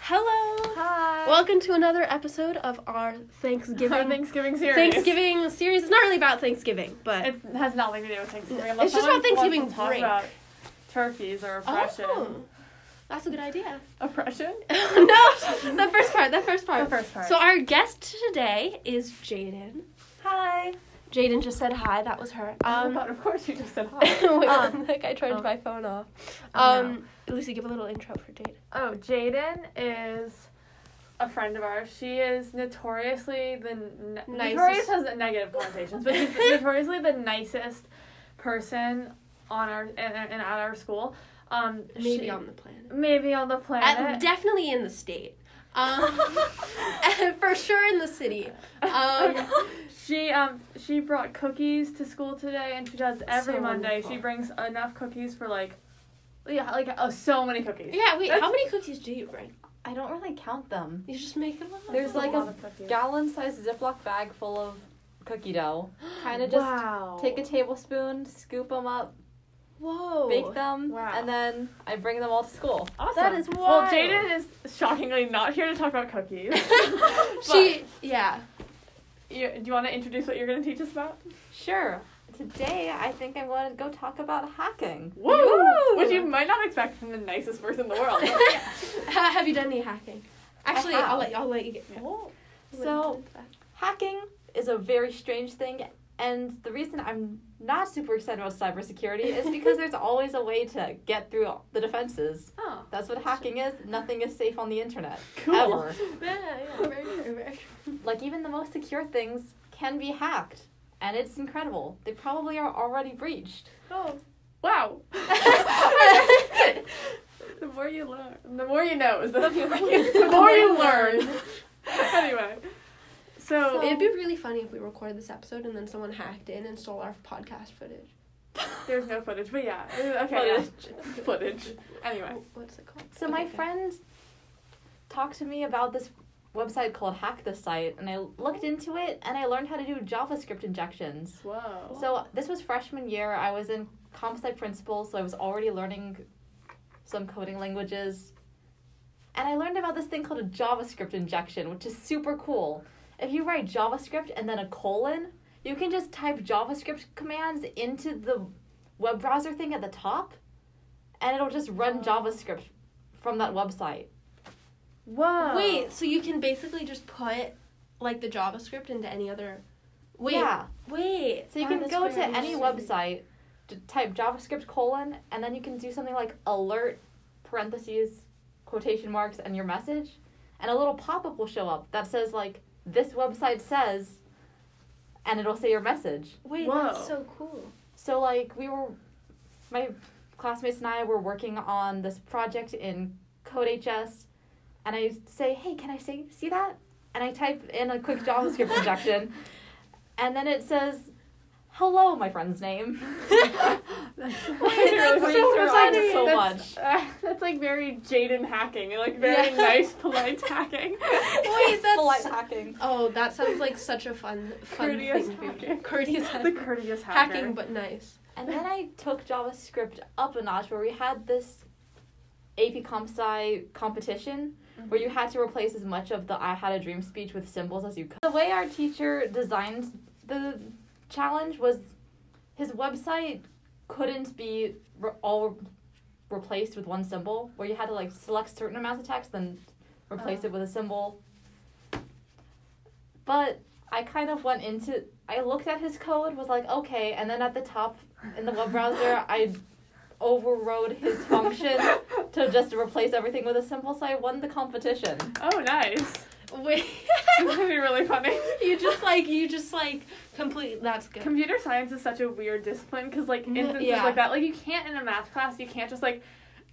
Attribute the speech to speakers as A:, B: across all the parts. A: Hello.
B: Hi.
A: Welcome to another episode of our Thanksgiving
B: Our Thanksgiving series.
A: Thanksgiving series. It's not really about Thanksgiving, but
B: It has nothing to do with Thanksgiving.
A: It's
B: unless
A: just
B: someone
A: about Thanksgiving
B: wants to talk
A: break.
B: about turkeys or oppression.
A: oh, that's a good idea.
B: Oppression?
A: no, the first part. The first part.
B: The first part.
A: So our guest today is Jaden.
B: Hi.
A: Jaden just said hi. That was her.
B: Um,
A: Um,
B: but of course you just said hi.
A: wait,
B: Um,
A: like I turned
B: oh.
A: my phone off.
B: Oh,
A: Um, Lucy, give a little intro for Jaden.
B: oh, Jaden is a friend of ours. She is notoriously the n-
A: Nicest.
B: notorious has negative connotations, but she's notoriously the nicest person on our and, and at our school. Um,
A: Maybe
B: she-
A: on the planet.
B: maybe on the
A: Uh,
B: planet.
A: definitely in the state. Um, for sure in the city. Um,
B: She um she brought cookies to school today, and she does every
A: So
B: Monday. She
A: wonderful.
B: brings enough cookies for like, yeah, like oh, so many cookies.
A: yeah. Wait, how
B: That's-
A: many cookies do you bring?
C: I don't really count them.
A: You just make them up.
C: There's like
B: lot
C: a
B: of cookies.
C: gallon-sized Ziploc bag full of cookie dough. Kind of just
B: wow.
C: take a tablespoon, scoop them up,
A: whoa.
C: bake them,
B: Wow.
C: and then I bring them all to school.
B: Awesome.
A: That is
B: Well,
A: wild.
B: Jaden is shockingly not here to talk about cookies.
A: she yeah.
B: You, do you want to introduce what you're going to teach us about?
C: Sure. Today, I think I want to go talk about hacking.
B: Woo! Which you might not expect from the nicest person in the world.
A: Ha- have you done any hacking? Actually,
C: have.
A: I'll let I'll let you get.
B: Oh.
C: Uh-huh. So- Hacking is a very strange thing, and the reason I'm not super excited about cybersecurity is because there's always a way to get through the defenses.
B: Oh.
C: That's what hacking is. Nothing is safe on the internet.
B: Cool.
C: Ever.
A: yeah, yeah, very true, very true.
C: like even the most secure things can be hacked and it's incredible they probably are already breached
B: Oh. Wow. the more you learn, the more you know. Is the, the more you learn. anyway, so,
A: It'd be really funny if we recorded this episode and then someone hacked in and stole our podcast footage.
B: there's no footage, but yeah, uh, okay, footage. Yeah. footage. Anyway,
A: Wh- Oh, What's it called?
C: so my
A: Okay, good.
C: friends talked to me about this website called hack the site and i looked into it and i learned how to do javascript injections
B: whoa.
C: so this was freshman year i was in comp sci principal so i was already learning some coding languages and i learned about this thing called a javascript injection which is super cool if you write javascript and then a colon you can just type javascript commands into the web browser thing at the top and it'll just run javascript from that website um,
B: whoa.
A: Wait, so you can basically just put like the JavaScript into any other. Wait,
C: yeah
A: wait.
C: So you
A: Wow,
C: can
A: Oh, that's
C: go
A: very
C: to any
A: interesting.
C: website, d- type JavaScript colon, and then you can do something like alert parentheses quotation marks and your message, and a little pop up will show up that says like this website says, and it'll say your message.
A: Wait,
B: Whoa.
A: that's so cool.
C: So like we were, my classmates and I were working on this project in CodeHS, and I say, hey, can I say see that? And I type in a quick JavaScript injection, and then it says, hello, my friend's name.
B: That's,
C: that's
B: Wait,
C: so
B: through
C: funny.
B: us
C: So
B: that's, Uh, that's like very Jaden hacking, like very
C: Yeah.
B: nice, polite hacking.
A: Wait, that's-
C: polite hacking.
A: Oh, that sounds like such a fun, fun
B: Courteous
A: thing. to do.
B: hacking.
A: Courteous
B: the
A: hacking.
B: courteous hacker.
A: hacking, but nice.
C: And then I took JavaScript up a notch where we had this AP Comp Sci competition where
A: Mm-hmm.
C: you had to replace as much of the I Had a Dream speech with symbols as you could. The way our teacher designed the challenge was his website couldn't be re- all replaced with one symbol, where you had to like select certain amounts of text, then replace
B: Oh.
C: it with a symbol. But I kind of went into I looked at his code, was like, okay, and then at the top in the web browser, I overrode his function to just replace everything with a symbol, so I won the competition.
B: Oh, nice.
A: Wait.
B: This would be really funny.
A: you just like you just like complete. That's good.
B: Computer science is such a weird discipline because, like,
A: N-
B: instances
A: Mm-hmm. yeah.
B: like that, like, you can't in a math class, you can't just, like,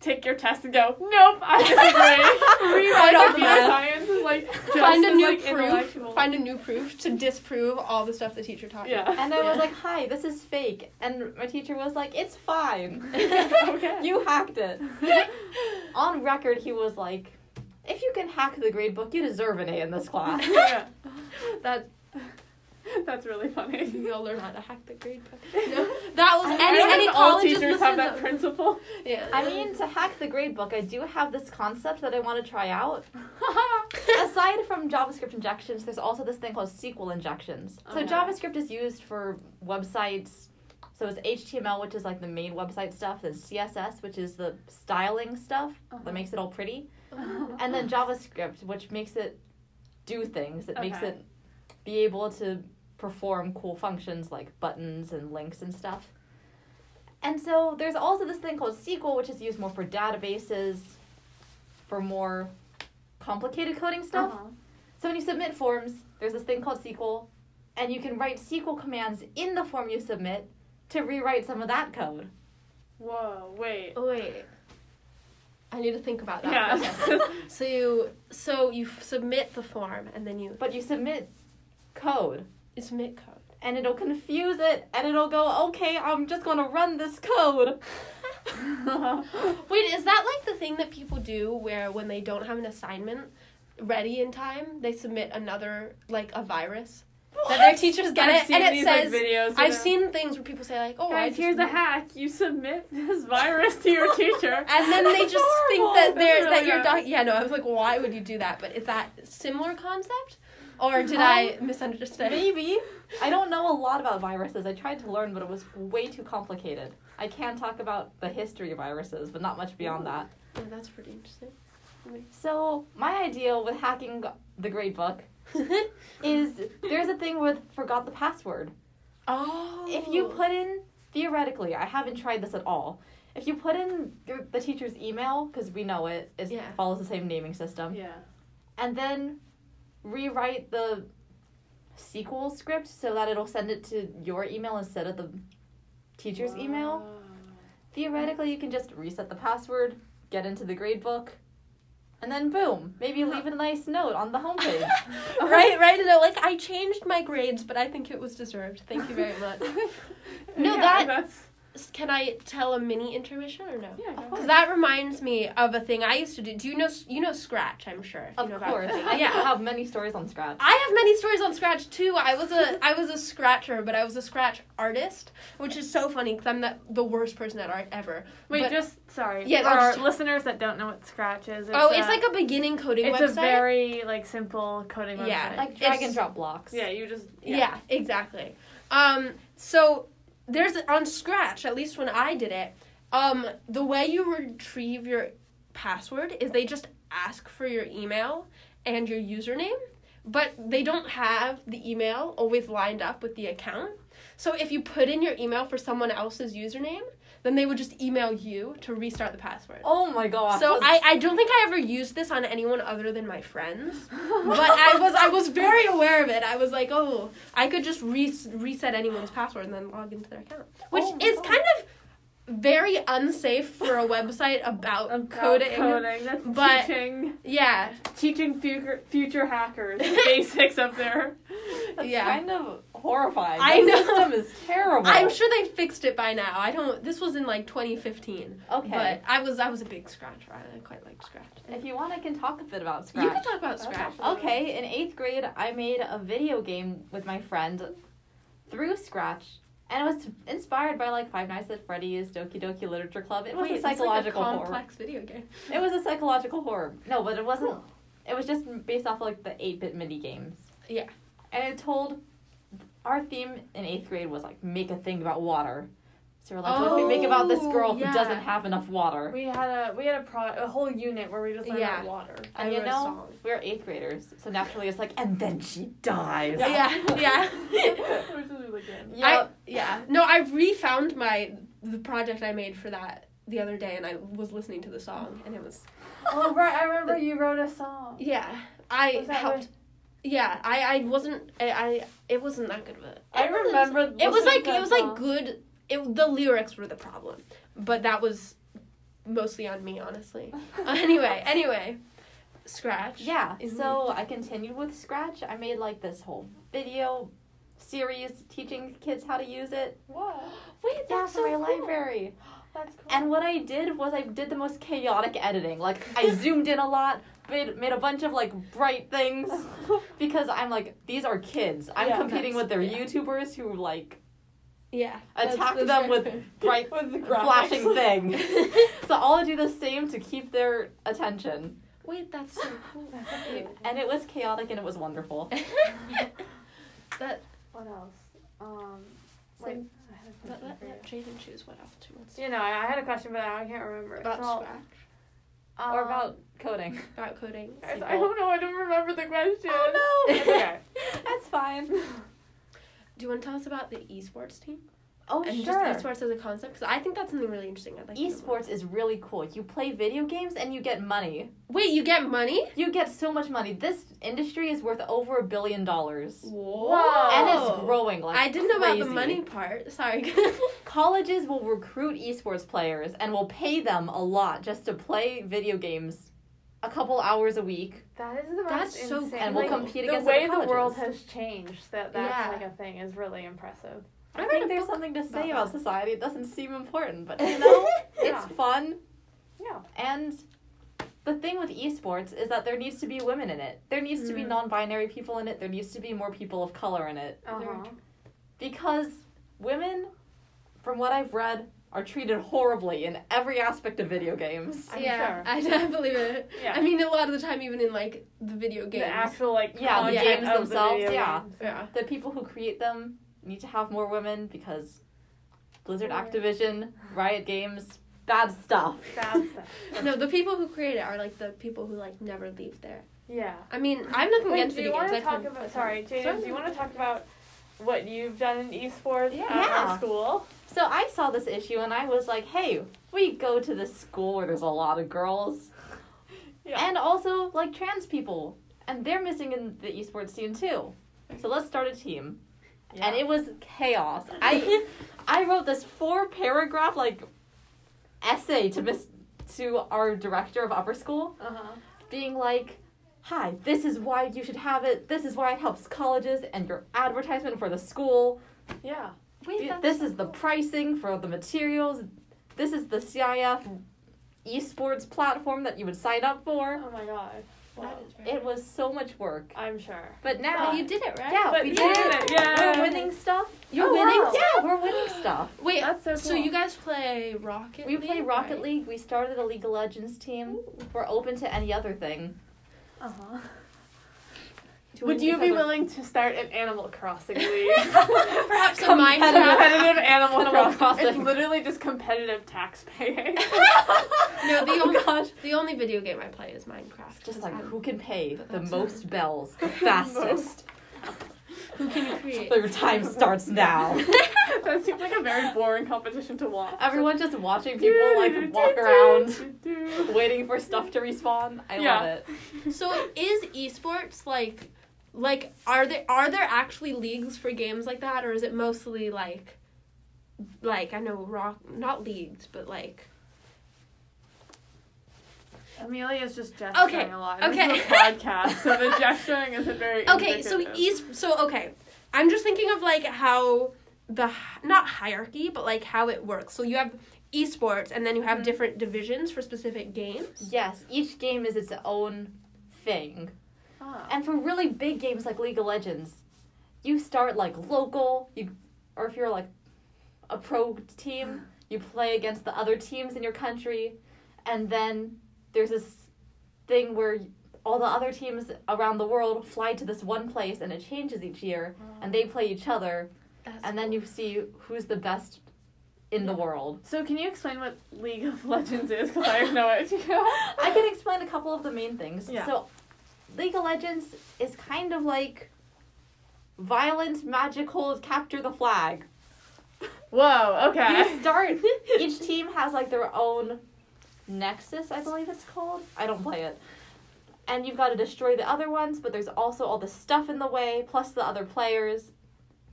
B: take your test and go, nope, I disagree.
C: Rewrite all the
B: computer
C: math.
B: science is, like, just
A: Find a
B: as,
A: new
B: like,
A: proof.
B: intellectual.
A: Find a new proof to disprove all the stuff the teacher taught you.
B: yeah.
C: And I was
A: Yeah.
C: like, hi, this is fake. And my teacher was like, it's fine.
B: Okay.
C: You hacked it. On record, he was like, if you can hack the grade book, you deserve an A in this class.
B: yeah.
A: That
B: That's really funny.
C: You'll learn how to hack the grade book.
A: That was
C: I
B: And
C: And
A: any
C: don't
A: any
C: think
B: all
A: colleges
B: teachers
A: listen.
B: have that
A: That
B: principle.
A: yeah.
C: I mean, to hack the grade book, I do have this concept that I want to try out. Aside from JavaScript injections, there's also this thing called SQL injections. So
A: Okay.
C: JavaScript is used for websites. So it's HTML, which is like the main website stuff, then CSS, which is the styling stuff
B: Uh-huh.
C: that makes it all pretty,
B: Uh-huh.
C: and then JavaScript, which makes it do things, that makes
B: Okay.
C: it be able to perform cool functions like buttons and links and stuff. And so there's also this thing called SQL, which is used more for databases, for more complicated coding stuff.
B: Uh-huh.
C: So when you submit forms, there's this thing called SQL, and you can write SQL commands in the form you submit to rewrite some of that code.
B: Whoa, wait.
A: Oh, wait. I need to think about that.
B: Yeah.
A: for a second. so you so you f- submit the form and then you,
C: But you submit code,
A: you submit code.
C: and it'll confuse it, and it'll go, okay, I'm just gonna run this code.
A: Wait, is that like the thing that people do where when they don't have an assignment ready in time, they submit another like a virus that their teachers get
B: I've
A: it
B: seen
A: and it
B: these, like,
A: says
B: videos where
A: I've
B: they're-
A: seen things where people say like, "Oh, I
B: Guys,
A: just
B: here's a
A: submit-
B: hack. You submit this virus to your teacher.
A: And then they
C: That's
A: just think
C: horrible.
A: that
B: That's
A: they're
B: really
A: that your
B: bad.
A: doc. Yeah, no, I was like, why would you do that? But is that similar concept, or did I misunderstand?
C: Maybe. I don't know a lot about viruses. I tried to learn, but it was way too complicated. I can talk about the history of viruses, but not much beyond that.
A: Oh, that's pretty interesting.
C: So, my idea with hacking the gradebook is there's a thing with forgot the password.
A: oh,
C: If you put in, theoretically, I haven't tried this at all. If you put in your, the teacher's email, because we know it, it
A: Yeah.
C: follows the same naming system,
B: Yeah.
C: and then rewrite the SQL script so that it'll send it to your email instead of the teacher's email, theoretically, you can just reset the password, get into the gradebook, and then boom, maybe leave a nice note on the homepage.
A: right, right. No, like I changed my grades, but I think it was deserved. Thank you very much. No,
B: Yeah,
A: that-
B: That's,
A: S- Can I tell a mini intermission or no?
B: yeah, go
C: Of
A: Because
C: course.
B: ahead.
A: that reminds me of a thing I used to do. Do you know you know Scratch? I'm sure. if you know
C: Of
A: about
C: course,
A: it.
C: I
A: yeah.
C: have many stories on Scratch.
A: I have many stories on Scratch too. I was a I was a scratcher, but I was a Scratch artist, which is so funny because I'm the, the worst person at art ever.
B: Wait,
A: but-
B: just sorry.
A: Yeah,
B: For
A: no,
B: our
A: just-
B: listeners that don't know what Scratch is, it's
A: oh,
B: a,
A: it's like a beginning coding
B: it's
A: website.
B: a very like simple coding
A: Yeah.
B: website.
C: Like drag
A: It's-
C: and drop blocks.
B: yeah, you just
A: yeah. exactly. Um, so there's on Scratch, at least when I did it, um, the way you retrieve your password is they just ask for your email and your username, but they don't have the email always lined up with the account. So if you put in your email for someone else's username, then they would just email you to restart the password.
C: Oh my gosh.
A: So I, I don't think I ever used this on anyone other than my friends. But I was I was very aware of it. I was like, oh, I could just re- reset anyone's password and then log into their account, which
C: Oh my
A: is
C: God.
A: kind of very unsafe for a website about,
B: about
A: coding.
B: coding. That's
A: but-
B: teaching
A: Yeah,
B: teaching future future hackers the basics of their.
C: That's
A: yeah.
C: kind of horrifying.
A: I
C: That
A: know.
C: system is terrible.
A: I'm sure they fixed it by now. I don't. This was in like 2015,
C: okay.
A: but I was I was a big scratcher. I quite liked scratch.
C: if you want, I can talk a bit about Scratch.
A: You can talk about
B: Okay.
A: scratch.
C: Okay, in eighth grade, I made a video game with my friend through Scratch, and it was inspired by like Five Nights at Freddy's, Doki Doki Literature Club. It was
A: Wait,
C: a
A: it's like
C: psychological horror.
A: complex video game.
C: It was a psychological horror. No, but it wasn't. It was just based off like the eight bit mini games.
A: Yeah.
C: And it told our theme in eighth grade was like make a thing about water. So we're like, what do we make about this girl
A: Oh, yeah.
C: who doesn't have enough water?
B: We had a we had a pro a whole unit where we just learned
A: Yeah.
B: about water.
A: I
C: And you
A: wrote a
C: know,
A: song.
C: We're eighth graders, so naturally it's like, and then she dies.
A: Yeah, yeah.
B: Which is really good.
A: I,
C: Yeah.
A: yeah. No, I refound my the project I made for that the other day, and I was listening to the song, and it was
B: Oh right, I remember you wrote a song.
A: yeah. I
B: Was that
A: helped. Yeah, I I wasn't I, I it wasn't that good of a.
B: I
A: it wasn't-
B: remember.
A: It was
B: listening
A: like
B: to
A: it
B: that
A: was like
B: song.
A: good. It the lyrics were the problem, but that was mostly on me, honestly. anyway, anyway, scratch.
C: Yeah.
A: Isn't
C: So I continued with Scratch. I made like this whole video series teaching kids how to use it.
B: What?
C: Wait, that's
B: so
C: my
B: cool.
C: library.
B: That's cool.
C: And what I did was I did the most chaotic editing. Like I zoomed in a lot, made, made a bunch of like bright things because I'm like these are kids. I'm
B: Yeah,
C: competing
A: that's-
C: with their
A: yeah.
C: YouTubers who like
A: Yeah.
C: attack
D: That's-
C: them
D: that's
C: with
D: right.
C: bright
D: with the
C: flashing
D: graphics.
C: things. so all do the same to keep their attention.
A: Wait, that's so cool.
C: And it was chaotic and it was wonderful.
A: that,
B: What else? Um,
A: So-
B: wait, I had a
A: let,
B: question
A: let,
B: for you.
A: let Jaden choose what else she wants to
B: You know, I I had a question, but I can't remember. it.
A: About
B: So,
A: Scratch.
B: um,
C: or about coding.
A: About coding.
B: I I don't know. I don't remember the question.
C: Oh no!
B: It's okay.
C: That's fine.
A: Do you want to tell us about the esports team?
C: Oh
A: and
C: sure.
A: just esports as a concept? Because I think that's something really interesting. I'd like to know more.
C: Esports is really cool. You play video games and you get money.
A: Wait, you get money?
C: You get so much money. This industry is worth over a billion dollars.
A: Whoa.
C: And it's growing like
A: I didn't know about the
C: crazy.
A: money part. Sorry.
C: Colleges will recruit esports players and will pay them a lot just to play video games a couple hours a week.
B: That is the most
A: That's so
B: insane.
A: cool.
C: And we'll
B: like,
C: compete
B: the
C: against
B: way
C: other
B: the world
C: colleges.
B: has changed. That that's
A: Yeah.
B: like a thing is really impressive.
A: I
C: I
A: read a
C: think there's
A: book
C: something to
A: about
C: say about
A: that.
C: society. It doesn't seem important, but you know,
B: Yeah.
C: it's fun.
B: Yeah.
C: And the thing with esports is that there needs to be women in it. There needs to be
A: Mm.
C: non-binary people in it. There needs to be more people of color in it
B: Uh huh.
C: because women from what I've read are treated horribly in every aspect of video games.
B: I'm
A: yeah,
B: sure.
A: I, I believe it.
B: Yeah.
A: I mean, a lot of the time, even in like the video games.
B: the actual like
C: Yeah,
A: the
B: content
A: games
B: of the
C: themselves,
B: video
C: yeah.
B: games.
A: yeah.
C: the people who create them need to have more women because Blizzard,
B: Right.
C: Activision, Riot Games, bad stuff.
B: That's that.
A: No, the people who create it are like the people who like never leave there.
B: yeah.
A: I mean, I'm nothing
B: Wait,
A: against
B: do you
A: video
B: want
A: games.
B: to
A: I
B: talk
A: play-
B: about? Sorry, Jaden. Do you
A: Sorry.
B: want to talk about what you've done in esports
A: Yeah.
B: at
C: Yeah.
B: our school?
C: So I saw this issue and I was like, hey, we go to this school where there's a lot of girls.
B: Yeah.
C: And also, like, trans people. And they're missing in the esports scene too. So let's start a team. And it was chaos. I I wrote this four paragraph like essay to miss to our director of upper school.
B: Uh huh.
C: being like, "Hi, this is why you should have it. This is why it helps colleges and your advertisement for the school.
B: Yeah.
A: Wait, that's
C: this
A: so
C: is the
A: cool.
C: pricing for the materials. This is the CIF esports platform that you would sign up for."
B: Oh my god. Wow.
A: That is very
C: It was so much work,
B: I'm sure.
C: but
A: But
C: now
A: you did it, right?
C: yeah,
B: But
C: we
B: you
C: did
B: did
C: it.
B: it, yeah.
C: We're winning stuff.
A: You're
B: Oh,
A: winning.
B: wow.
A: too?
C: Yeah, we're winning stuff.
A: Wait,
B: That's so
A: so
B: cool.
A: you guys play Rocket
C: We play
A: League,
C: Rocket
A: right?
C: League. We started a League of Legends team. We're open to any other thing.
B: Uh huh.
C: Do
B: Would
C: we
B: you be
C: have a-
B: willing to start an Animal Crossing league?
A: Perhaps a
C: Competitive.
A: Minecraft.
B: competitive Animal,
C: Animal
B: Crossing.
C: Crossing.
B: It's literally just competitive taxpaying.
A: No, the
C: oh
A: only
C: gosh.
A: the only video game I play is Minecraft.
C: Just
A: 'cause
C: like
A: I'm-
C: who can pay the
A: that's-
C: most bells the fastest.
A: who can create?
C: Their time starts now.
B: that seems like a very boring competition to watch.
C: Everyone just watching people like walk around waiting for stuff to respawn. I
B: Yeah.
C: love it.
A: So is esports like like are there are there actually leagues for games like that or is it mostly like like I know rock not leagues but like
B: Amelia's just gesturing
A: Okay,
B: a lot. This
A: okay.
B: is a podcast, so the gesturing isn't very.
A: okay so
B: indicative.
A: east so okay I'm just thinking of like how the hi- not hierarchy but like how it works so you have esports and then you have
C: Mm.
B: Mhm.
A: different divisions for specific games
C: Yes, each game is its own thing.
B: Ah.
C: And for really big games like League of Legends, you start like local, you or if you're like a pro team, you play against the other teams in your country, and then there's this thing where all the other teams around the world fly to this one place and it changes each year and they play each other
A: That's
C: and then you see who's the best in the world.
B: So can you explain what League of Legends is? Because I have no idea.
C: I can explain a couple of the main things.
B: Yeah.
C: So, League of Legends is kind of like violent, magical, capture the flag.
B: Whoa.
C: You
B: Okay.
C: start, each team has like their own nexus, I believe it's called. I don't play it. And you've got to destroy the other ones, but there's also all the stuff in the way, plus the other players.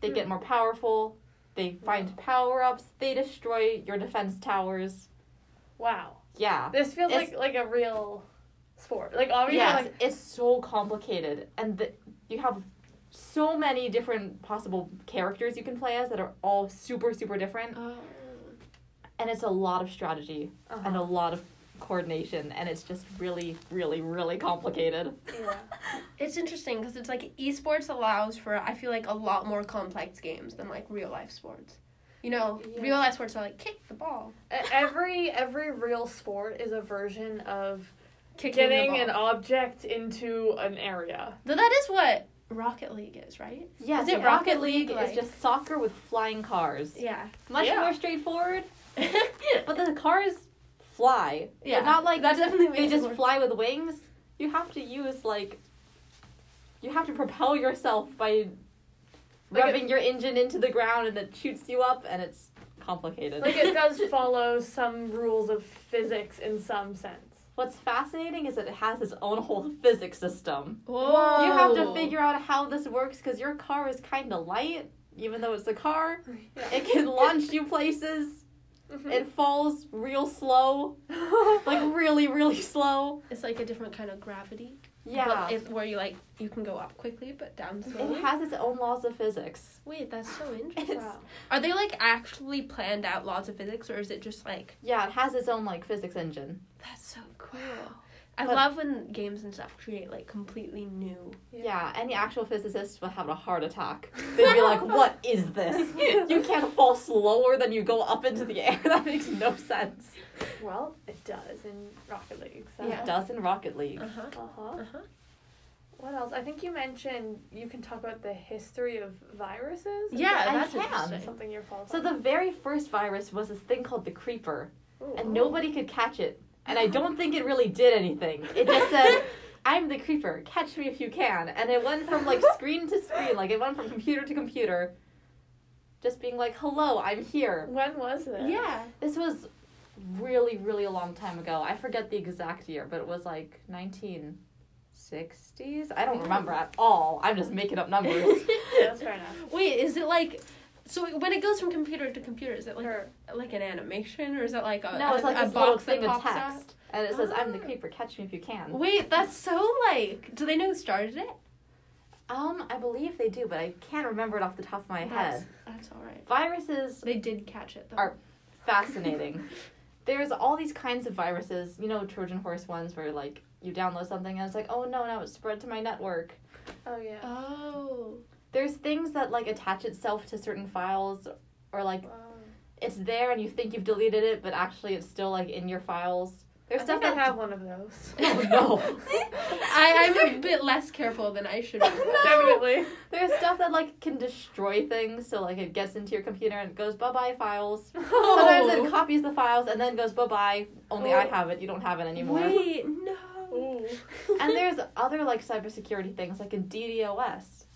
C: They get more powerful. They find power ups. They destroy your defense towers.
B: Wow.
C: Yeah.
B: This feels
C: It's-
B: like like a real sport. Like obviously,
C: yes,
B: Oh, like
C: it's so complicated, and the, you have so many different possible characters you can play as that are all super super different,
A: oh.
B: uh-huh.
C: and it's a lot of strategy and a lot of coordination, and it's just really, really, really complicated.
B: Yeah.
A: It's interesting because it's like esports allows for I feel like a lot more complex games than like real life sports. You know,
B: Yeah.
A: real life sports are like kick the ball,
B: E- Every every real sport is a version of
A: kicking the
B: getting
A: ball.
B: an object into an area.
A: Though that is what Rocket League is, right?
C: Yeah,
A: Is it
C: see,
A: Rocket League,
C: League
A: like-
C: is just soccer with flying cars.
A: Yeah.
C: Much
B: Yeah.
C: more straightforward, but the cars fly.
A: Yeah,
C: They're not like
A: that definitely
C: they
A: makes it
C: just
A: more-
C: fly with wings. You have to use like you have to propel yourself by
B: Like a-
C: revving your engine into the ground and it shoots you up and it's complicated.
B: Like it does follow some rules of physics in some sense.
C: What's fascinating is that it has its own whole physics system.
A: Whoa.
C: You have to figure out how this works because your car is kind of light, even though it's a car. It can launch you places. It falls real slow, Mm-hmm. like really, really slow.
A: It's like a different kind of gravity.
C: Yeah,
A: But
C: it,
A: it's where you like you can go up quickly but down slowly.
C: has its own laws of physics.
A: Wait, that's so interesting.
C: It's,
B: Wow.
A: Are they like actually planned out laws of physics or is it just like
C: yeah, it has its own like physics engine.
A: That's so cool. I
C: But-
A: love when games and stuff create like completely new.
B: Yeah.
C: Yeah. any actual physicist would have a heart attack. They'd be like, "What is this? You can't fall slower than you go up into the air. That makes no sense."
B: Well, it does in Rocket League. So.
A: Yeah.
C: It does in Rocket League.
A: Uh huh.
B: Uh huh.
A: Uh
C: uh-huh.
A: huh.
B: What else? I think you mentioned you can talk about the history of viruses. Is
A: Yeah,
C: I
A: that's
C: can.
B: that
A: interesting.
B: something you're qualified.
C: So the very first virus was this thing called the creeper,
B: Ooh.
C: and nobody could catch it. And I don't think it really did anything. It just said, "I'm the creeper. Catch me if you can." And it went from like screen to screen, like it went from computer to computer, just being like, "Hello, I'm here."
B: When was this?
A: Yeah.
C: This was really, really a long time ago. I forget the exact year, but it was like 1960s. I don't remember at all. I'm just making up numbers.
B: Yeah, that's fair enough.
A: Wait, is it like so when it goes from computer to computer, is it like
B: Or-
A: like an animation or is it like a,
C: no, it's
A: Uh, a-
C: like
A: a
C: this little
A: box that
C: thing of
A: pops
C: text, and it says, "I'm the
A: Ah.
C: creeper. Catch me if you can."
A: out? Wait, that's so like do they know who started it?
C: Um, I believe they do, but I can't remember it off the top of my
A: That's,
C: head.
A: that's all right.
C: Viruses,
A: They did catch it though.
C: Are- fascinating. There's all these kinds of viruses, you know, Trojan horse ones where like you download something and it's like, oh no, now it's spread to my network.
B: Oh yeah.
A: Oh.
C: There's things that like attach itself to certain files, or like
B: Wow.
C: it's there and you think you've deleted it, but actually it's still like in your files. There's
B: I
C: stuff
B: think I
C: that
B: have one of those.
C: Oh, no.
A: I, I'm a bit less careful than I should be.
B: Definitely.
C: there's stuff that like can destroy things. So like it gets into your computer and it goes bye bye files. Sometimes
A: Oh.
C: it copies the files and then goes bye bye. Only
B: Oh.
C: I have it. You don't have it anymore.
A: Wait, no.
B: Ooh.
C: And there's other like cybersecurity things like in DDoS,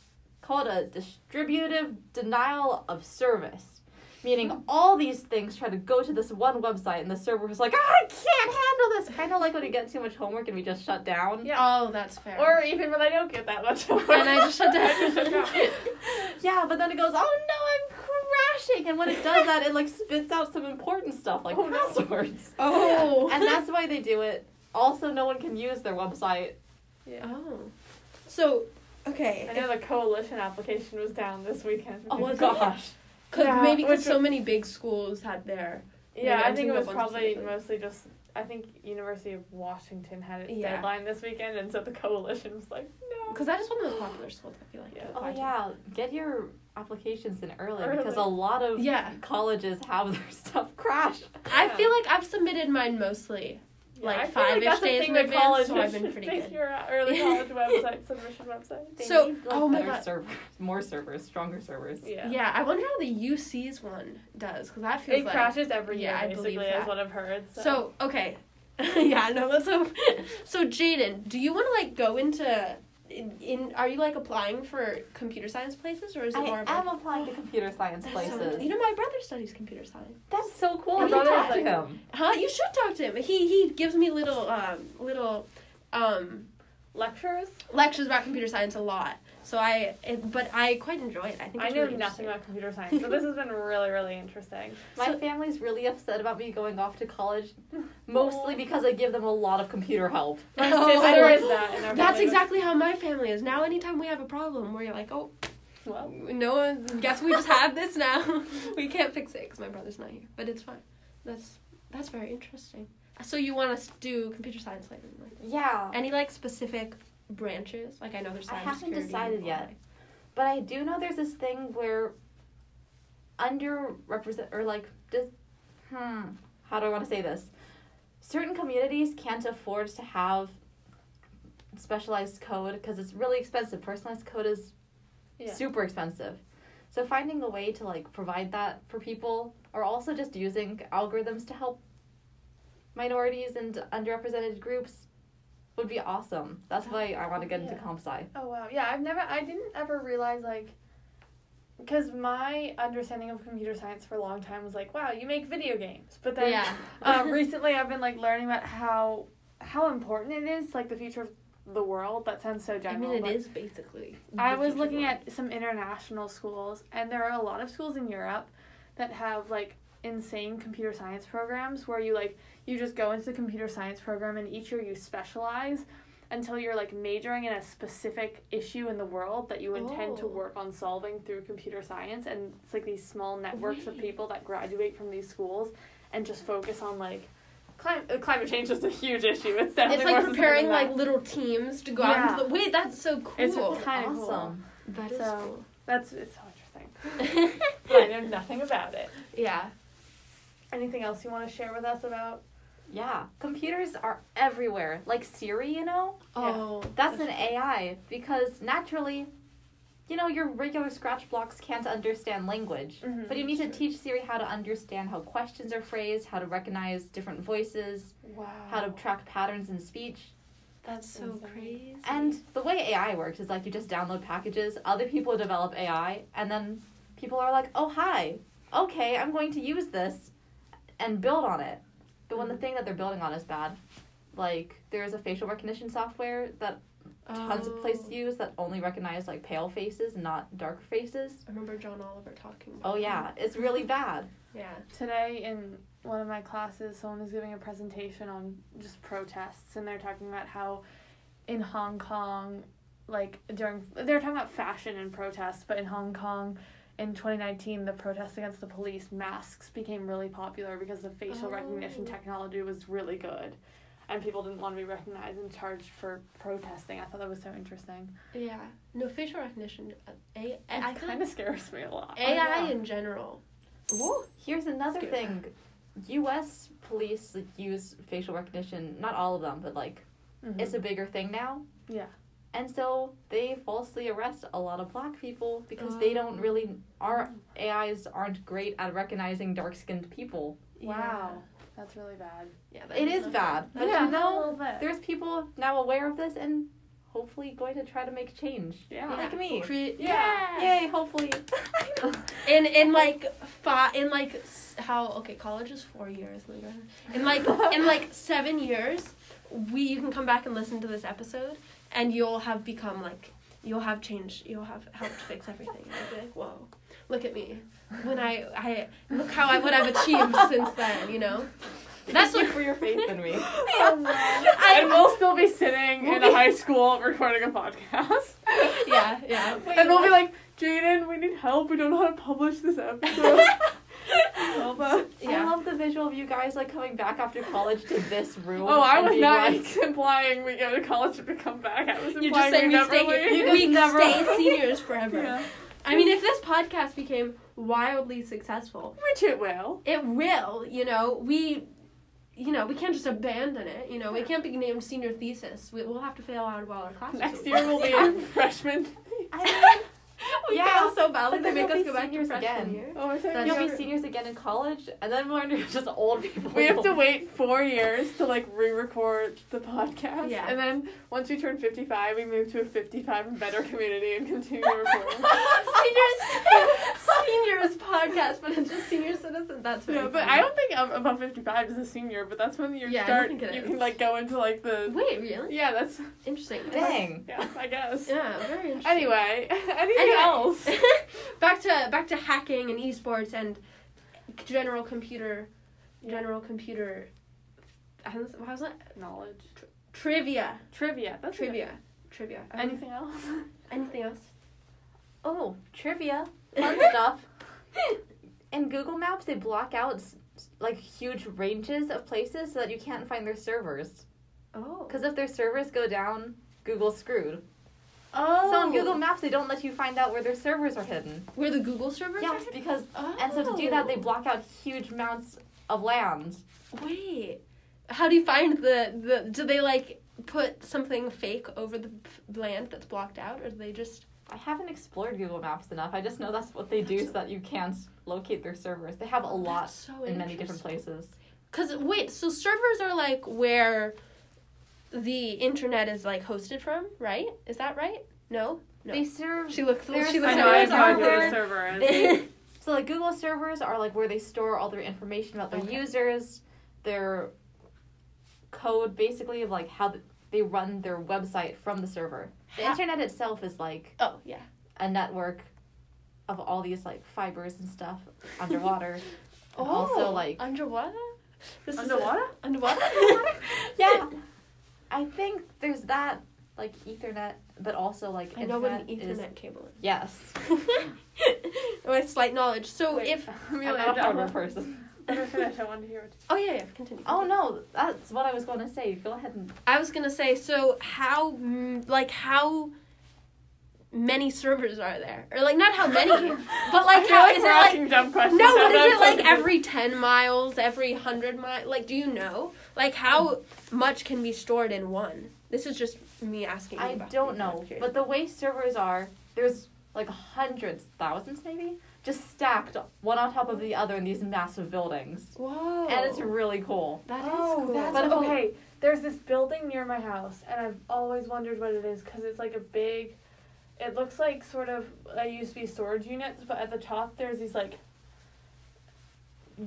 C: called a distributive denial of service,
B: Hmm.
C: meaning all these things try to go to this one website and the server is like, I can't handle this. Kind of like when you get too much homework and we just shut down.
B: Yeah.
A: Oh, that's fair.
B: Or even when I don't get that much. And
A: I just shut down.
C: Yeah, but then it goes, oh no, I'm crashing. And when it does that, it like spits out some important stuff like
B: Oh, no.
C: passwords.
A: oh.
C: And that's why they do it. Also, no one can use their website.
B: Yeah.
A: Oh. So, okay.
B: I know the coalition application was down this weekend.
C: Oh
A: Was it?
C: gosh.
A: Cause
B: Yeah,
A: maybe
B: which-
A: because so many big schools had their.
B: Yeah,
A: Maybe
B: I
A: I'm
B: think it
A: thinking
B: was
A: of one
B: probably
A: specifically.
B: mostly just. I think University of Washington had its
A: Yeah.
B: deadline this weekend, and so the coalition was like, no.
A: Because that is one of the popular schools, I feel like.
B: Yeah.
C: Oh yeah, get your applications in early, because a
B: Early.
C: lot of
A: Yeah.
C: colleges have their stuff crash.
A: I
B: Yeah.
A: feel like I've submitted mine mostly.
B: Yeah,
A: like
B: I feel like
A: five-ish
B: that's a
A: days
B: thing
A: in
B: that
A: advance,
B: colleges
A: so I've been
B: should
A: pretty good.
B: figure out, Early college website submission website.
C: They
A: So-
C: need,
A: oh my
C: better
A: God.
C: servers, more servers, stronger servers.
A: Yeah.
B: Yeah.
A: I wonder how the UC's one does, because that feels
B: It
A: like.
B: crashes every year,
A: yeah, I believe
B: basically, is
A: that.
B: what I've heard. So,
A: So okay, yeah, no, that's so. so Jaden, do you want to like go into? In, in are you like applying for computer science places or is it more
C: I
A: of
C: am
A: like,
C: applying to computer science
A: That's so-
C: places.
A: you know my brother studies computer science.
C: That's so cool.
A: Your
C: You can
A: brother
C: talk to
B: is like-
C: him.
A: Huh? You should talk to him. He he gives me little um little um
B: lectures.
A: lectures about computer science a lot. So I it, but I quite enjoy it. I think
B: I
A: it's
B: know
A: really interesting.
B: nothing about computer science, so this has been really, really interesting.
C: My
A: So-
C: family's really upset about me going off to college, mostly because I give them a lot of computer help.
B: My
A: Oh,
B: sister
A: I-
B: is that. In our
A: That's
B: family.
A: exactly how my family is. Now anytime we have a problem, we're like, "Oh,
B: Well,
A: no one guess we just have this now we can't fix it because my brother's not here but it's fine that's that's very interesting so you want to do computer science later? in life.
C: Yeah.
A: Any like specific branches? Like I know there's.
C: I
A: cybersecurity
C: haven't
A: and
C: decided
A: all
C: yet.
A: that.
C: But I do know there's this thing where underrepresent or like dis- hmm how do I want to say this? Certain communities can't afford to have specialized code because it's really expensive. Personalized code is
B: Yeah.
C: super expensive. So finding a way to like provide that for people or also just using algorithms to help minorities and underrepresented groups would be awesome. That's why I want to get into
B: Yeah.
C: comp sci.
B: Oh wow. Yeah, I've never I didn't ever realize like because my understanding of computer science for a long time was like, wow, you make video games. But then
C: yeah.
B: uh, recently I've been like learning about how how important it is, like the future of the world. That sounds so
A: I
B: general.
A: mean,
B: but
A: it is basically.
B: I
A: the
B: was
A: future
B: looking
A: world.
B: at some international schools, and there are a lot of schools in Europe that have like insane computer science programs where you like you just go into the computer science program and each year you specialize until you're like majoring in a specific issue in the world that you intend to
A: Oh.
B: work on solving through computer science and it's like these small networks of
A: Wait.
B: people that graduate from these schools and just focus on like climate uh, climate change is a huge issue it's definitely
A: It's like
B: worse than
A: preparing
B: something
A: like little teams to go out into
B: Yeah.
A: the. Wait, that's so cool.
B: It's kind of cool
C: awesome.
A: That is
B: So- that's it's so interesting
A: cool.
B: but I know nothing about it.
A: yeah.
B: Anything else you want to share with us about?
C: Yeah. Computers are everywhere. Like Siri, you know?
A: Oh,
C: That's an AI because naturally, you know, your regular scratch blocks can't understand language.
A: Mm-hmm.
B: Mhm.
C: But you need to
A: Sure.
C: teach Siri how to understand how questions are phrased, how to recognize different voices,
B: Wow.
C: how to track patterns in speech.
A: that's so
B: Insane.
A: crazy.
C: And the way AI works is like you just download packages, other people develop AI, and then people are like, oh, hi, okay, I'm going to use this and build on it. But when the thing that they're building on is bad, like there's a facial recognition software that tons of places
A: Oh,
C: use that only recognize like pale faces, not dark faces.
A: I remember John Oliver talking about.
C: Oh, yeah, it's really bad.
A: that. Yeah.
B: Today in one of my classes, someone was giving a presentation on just protests, and they're talking about how in Hong Kong, like during they're talking about fashion and protests, but in Hong Kong. In 2019, the protests against the police masks became really popular because the facial recognition
A: Oh.
B: technology was really good, and people didn't want to be recognized and charged for protesting. I thought that was so interesting.
A: Yeah. No facial recognition. uh, A- I I
B: It
A: feel like
B: kind of scares me a lot.
A: AI
C: Oh, yeah.
A: in general.
C: Ooh, here's another
A: Scoop.
C: thing. U.S. police like, use facial recognition. Not all of them, but like
B: Mm-hmm.
C: it's a bigger thing now.
B: Yeah.
C: And so they falsely arrest a lot of black people because they don't
B: Um.
C: really our AIs aren't great at recognizing dark skinned people.
B: Wow. That's really bad.
A: Yeah.
C: It is bad, but
B: yeah,
C: you know,
B: bit.
C: there's people now aware of this and hopefully going to try to make change.
B: yeah.
C: Like me.
A: Cre-
B: Yeah.
C: Yay! Hopefully.
A: In in like five in like s- how okay college is four years later. In like in like seven years, we you can come back and listen to this episode, and you'll have become like you'll have changed. You'll have helped fix everything. And you'll be like, whoa, look at me. When I I look how I what I've achieved since then. You know. That's what
C: Thank you for your faith in me.
A: I
B: and we'll still be sitting
A: We'll
B: in
A: be-
B: high school recording a podcast.
A: yeah yeah.
B: and we'll be like, Jaden, we need help. We don't know how to publish this episode. Help us.
A: Yeah.
C: I love the visual of you guys like coming back after college to this room.
B: Oh, I
C: and
B: was
C: being
B: not
C: like,
B: implying we go to college and we come back. I was implying
A: You just say we
B: we never
A: stay,
B: leave.
C: You
A: we
C: just never-
A: stay seniors forever.
B: Yeah.
A: I mean, if this podcast became wildly successful,
B: Which it will.
A: it will. You know, we, you know, we can't just abandon it. You know, we can't be named senior thesis. We, we'll have to fail out of all our classes.
B: Next year we'll be
A: Yeah.
B: in freshman.
C: I
A: we
C: Yeah.
A: fail so badly
C: But
A: they
C: then
A: make
C: we'll
A: us
C: be
A: go back to
C: seniors
A: freshman
C: again.
A: year.
B: Oh, we're
A: That's
C: mean, you'll
A: never-
C: be seniors again in college, and then we're just old people.
B: We have to wait four years to like re-record the podcast,
A: Yeah.
B: and then once we turn fifty-five, we move to a fifty-five and better community and continue recording.
A: seniors, seniors podcast, but it's just senior citizens. That's
B: yeah,
A: very
B: but
A: funny.
B: I don't think ab- above fifty-five is a senior, but that's when you
A: Yeah, I
B: start.
A: think it
B: you
A: is.
B: can like go into like the.
A: Wait, really?
B: Yeah, that's
A: Interesting.
C: Dang.
B: yeah, I guess.
A: Yeah, very interesting.
B: Anyway, anything
A: Anyway,
B: else?
A: back to back to hacking and esports and general computer, general computer. I don't- What was that?
B: Knowledge,
A: Trivia,
B: trivia. That's it.
A: trivia, Um, trivia. I don't-
B: Anything else?
A: Anything else?
C: Oh, trivia, fun stuff. In Google Maps, they block out s- like huge ranges of places so that you can't find their servers.
A: Oh.
C: Because if their servers go down, Google's screwed.
A: Oh.
C: So on Google Maps, they don't let you find out where their servers are hidden.
A: Where the Google servers
C: Yes,
A: are?
C: because
A: Oh.
C: and so to do that, they block out huge amounts of land.
A: Oh. Wait. How do you find the, the. Do they, like, put something fake over the p- land that's blocked out, or do they just.
C: I haven't explored Google Maps enough. I just know that's what they do so that you can't locate their servers. They have a lot
A: That's so
C: in many different
A: interesting.
C: places.
A: Cause wait, so servers are like where the internet is like hosted from, right? Is that right? No. No.
C: They serve
A: She looked.
C: There's
A: She
B: I
A: looked.
B: know, I have no
C: servers are
B: idea what
C: there.
B: the server is.
C: They- so like Google servers are like where they store all their information about their
A: Okay.
C: users, their code basically of like how th- they run their website from the server. The
A: Ha-
C: internet itself is like
A: oh yeah.
C: a network of all these like fibers and stuff underwater.
A: Oh,
C: And also like
A: underwater. This is a-
B: Underwater?
A: underwater.
C: yeah, I think there's that like Ethernet, but also like
A: I know what an
C: internet is-
A: Ethernet cable is.
C: yes.
A: My slight knowledge. So
B: Wait,
A: if
B: I'm
C: I'm
B: really
C: not a hardware
B: dumb.
C: person.
B: I'm gonna finish. I want to hear. What
A: oh yeah yeah continue.
C: Oh no, that's what I was going to say. Go ahead and
A: I was gonna say so how mm, like how many servers are there or like not how many but
B: I
A: like
B: feel
A: how
B: like
A: is it
B: we're
A: like
B: asking dumb questions.
A: No, but
B: I'm not
A: is it like
B: supposed to-
A: every 10 miles, every 100 miles? Like, do you know? Like, how much can be stored in one? This is just me asking. you
C: I
A: about
C: don't
A: these, I'm
C: know,
A: curious.
C: but the way servers are, there's like hundreds, thousands maybe, just stacked one on top of the other in these massive buildings,
A: Whoa.
C: and it's really cool.
A: That is
B: oh,
A: cool.
B: that's
C: But if we-
B: okay. There's this building near my house, and I've always wondered what it is because it's like a big. It looks like sort of I used to be storage units, but at the top there's these like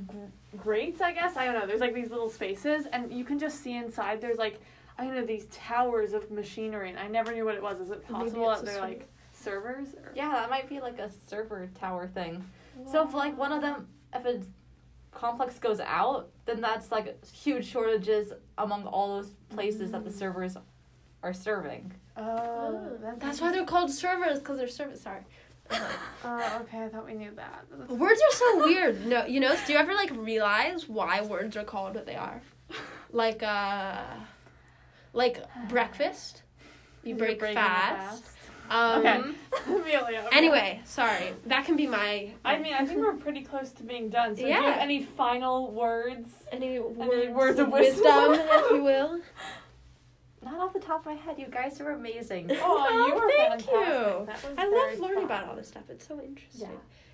B: gr- grates. I guess I don't know. There's like these little spaces, and you can just see inside. There's like I don't know these towers of machinery, and I never knew what it was. Is it
A: Maybe
B: possible
A: it's
B: that
A: a
B: they're
A: server.
B: like servers? Or...
C: Yeah, that might be like a server tower thing. So if like one of them, if a complex goes out, then that's like huge shortages among all those places that the servers are serving.
B: Oh,
A: Oh, that's why they're called servers because they're service. Sorry.
B: Oh, okay. I thought we knew that.
A: Words are so weird. No, you know. Do you ever like realize why words are called what they are? Like uh, like breakfast. You break fast. Um,
B: Okay. Amelia. okay.
A: Anyway, sorry. That can be my.
B: I mean, I think we're pretty close to being done. So, do you
A: Yeah.
B: have any final words?
A: Any
B: words
A: words,
B: of
A: of
B: wisdom?
A: wisdom, if you will?
C: Not off the top of my head, you guys are amazing.
B: Oh, you
A: Oh,
B: were
A: thank you.
B: fantastic. That was
A: I
B: very
A: love learning
B: fun.
A: about all this stuff. It's so interesting.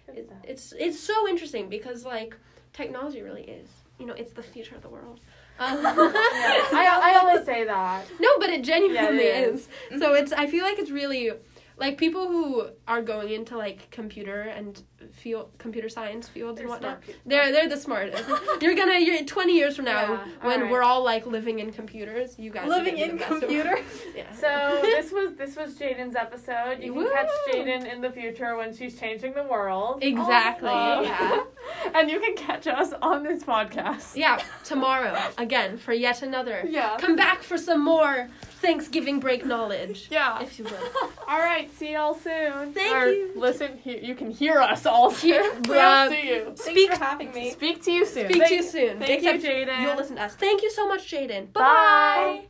B: Good
A: It,
B: stuff.
A: it's it's so interesting because like technology really is. You know, it's the future of the world. Um,
B: Yeah, I, I always say that.
A: no, but it genuinely
B: Yeah, it
A: is. So it's. I feel like it's really like people who are going into like computer and field computer science fields and whatnot. They're they're the smartest. you're gonna you're twenty years from now
B: Yeah,
A: when
B: alright.
A: we're all like living in computers. You guys are
C: Living
A: gonna be
C: in
A: the best of-
C: computers.
A: Yeah.
B: So this was this was Jaden's episode. You can catch
A: Woo!
B: Jaden in the future when she's changing the world.
A: exactly.
B: Oh.
A: yeah.
B: And you can catch us on this podcast.
A: Yeah. Tomorrow again for yet another.
B: Yeah.
A: Come back for some more Thanksgiving break knowledge,
B: Yeah.
A: if you will.
B: All right. See y'all soon.
A: Thank
B: Or
A: you.
B: Listen, he- you can hear us all
A: Hear-
B: soon. we'll
A: um,
B: see you.
C: Thanks
A: Speak-
C: for having me.
B: Speak to you soon.
A: Speak to you
B: Thank-
A: soon.
B: Thank you,
A: Except
B: Jaden.
A: You'll listen to us. Thank you so much, Jaden.
B: Bye.
A: Bye.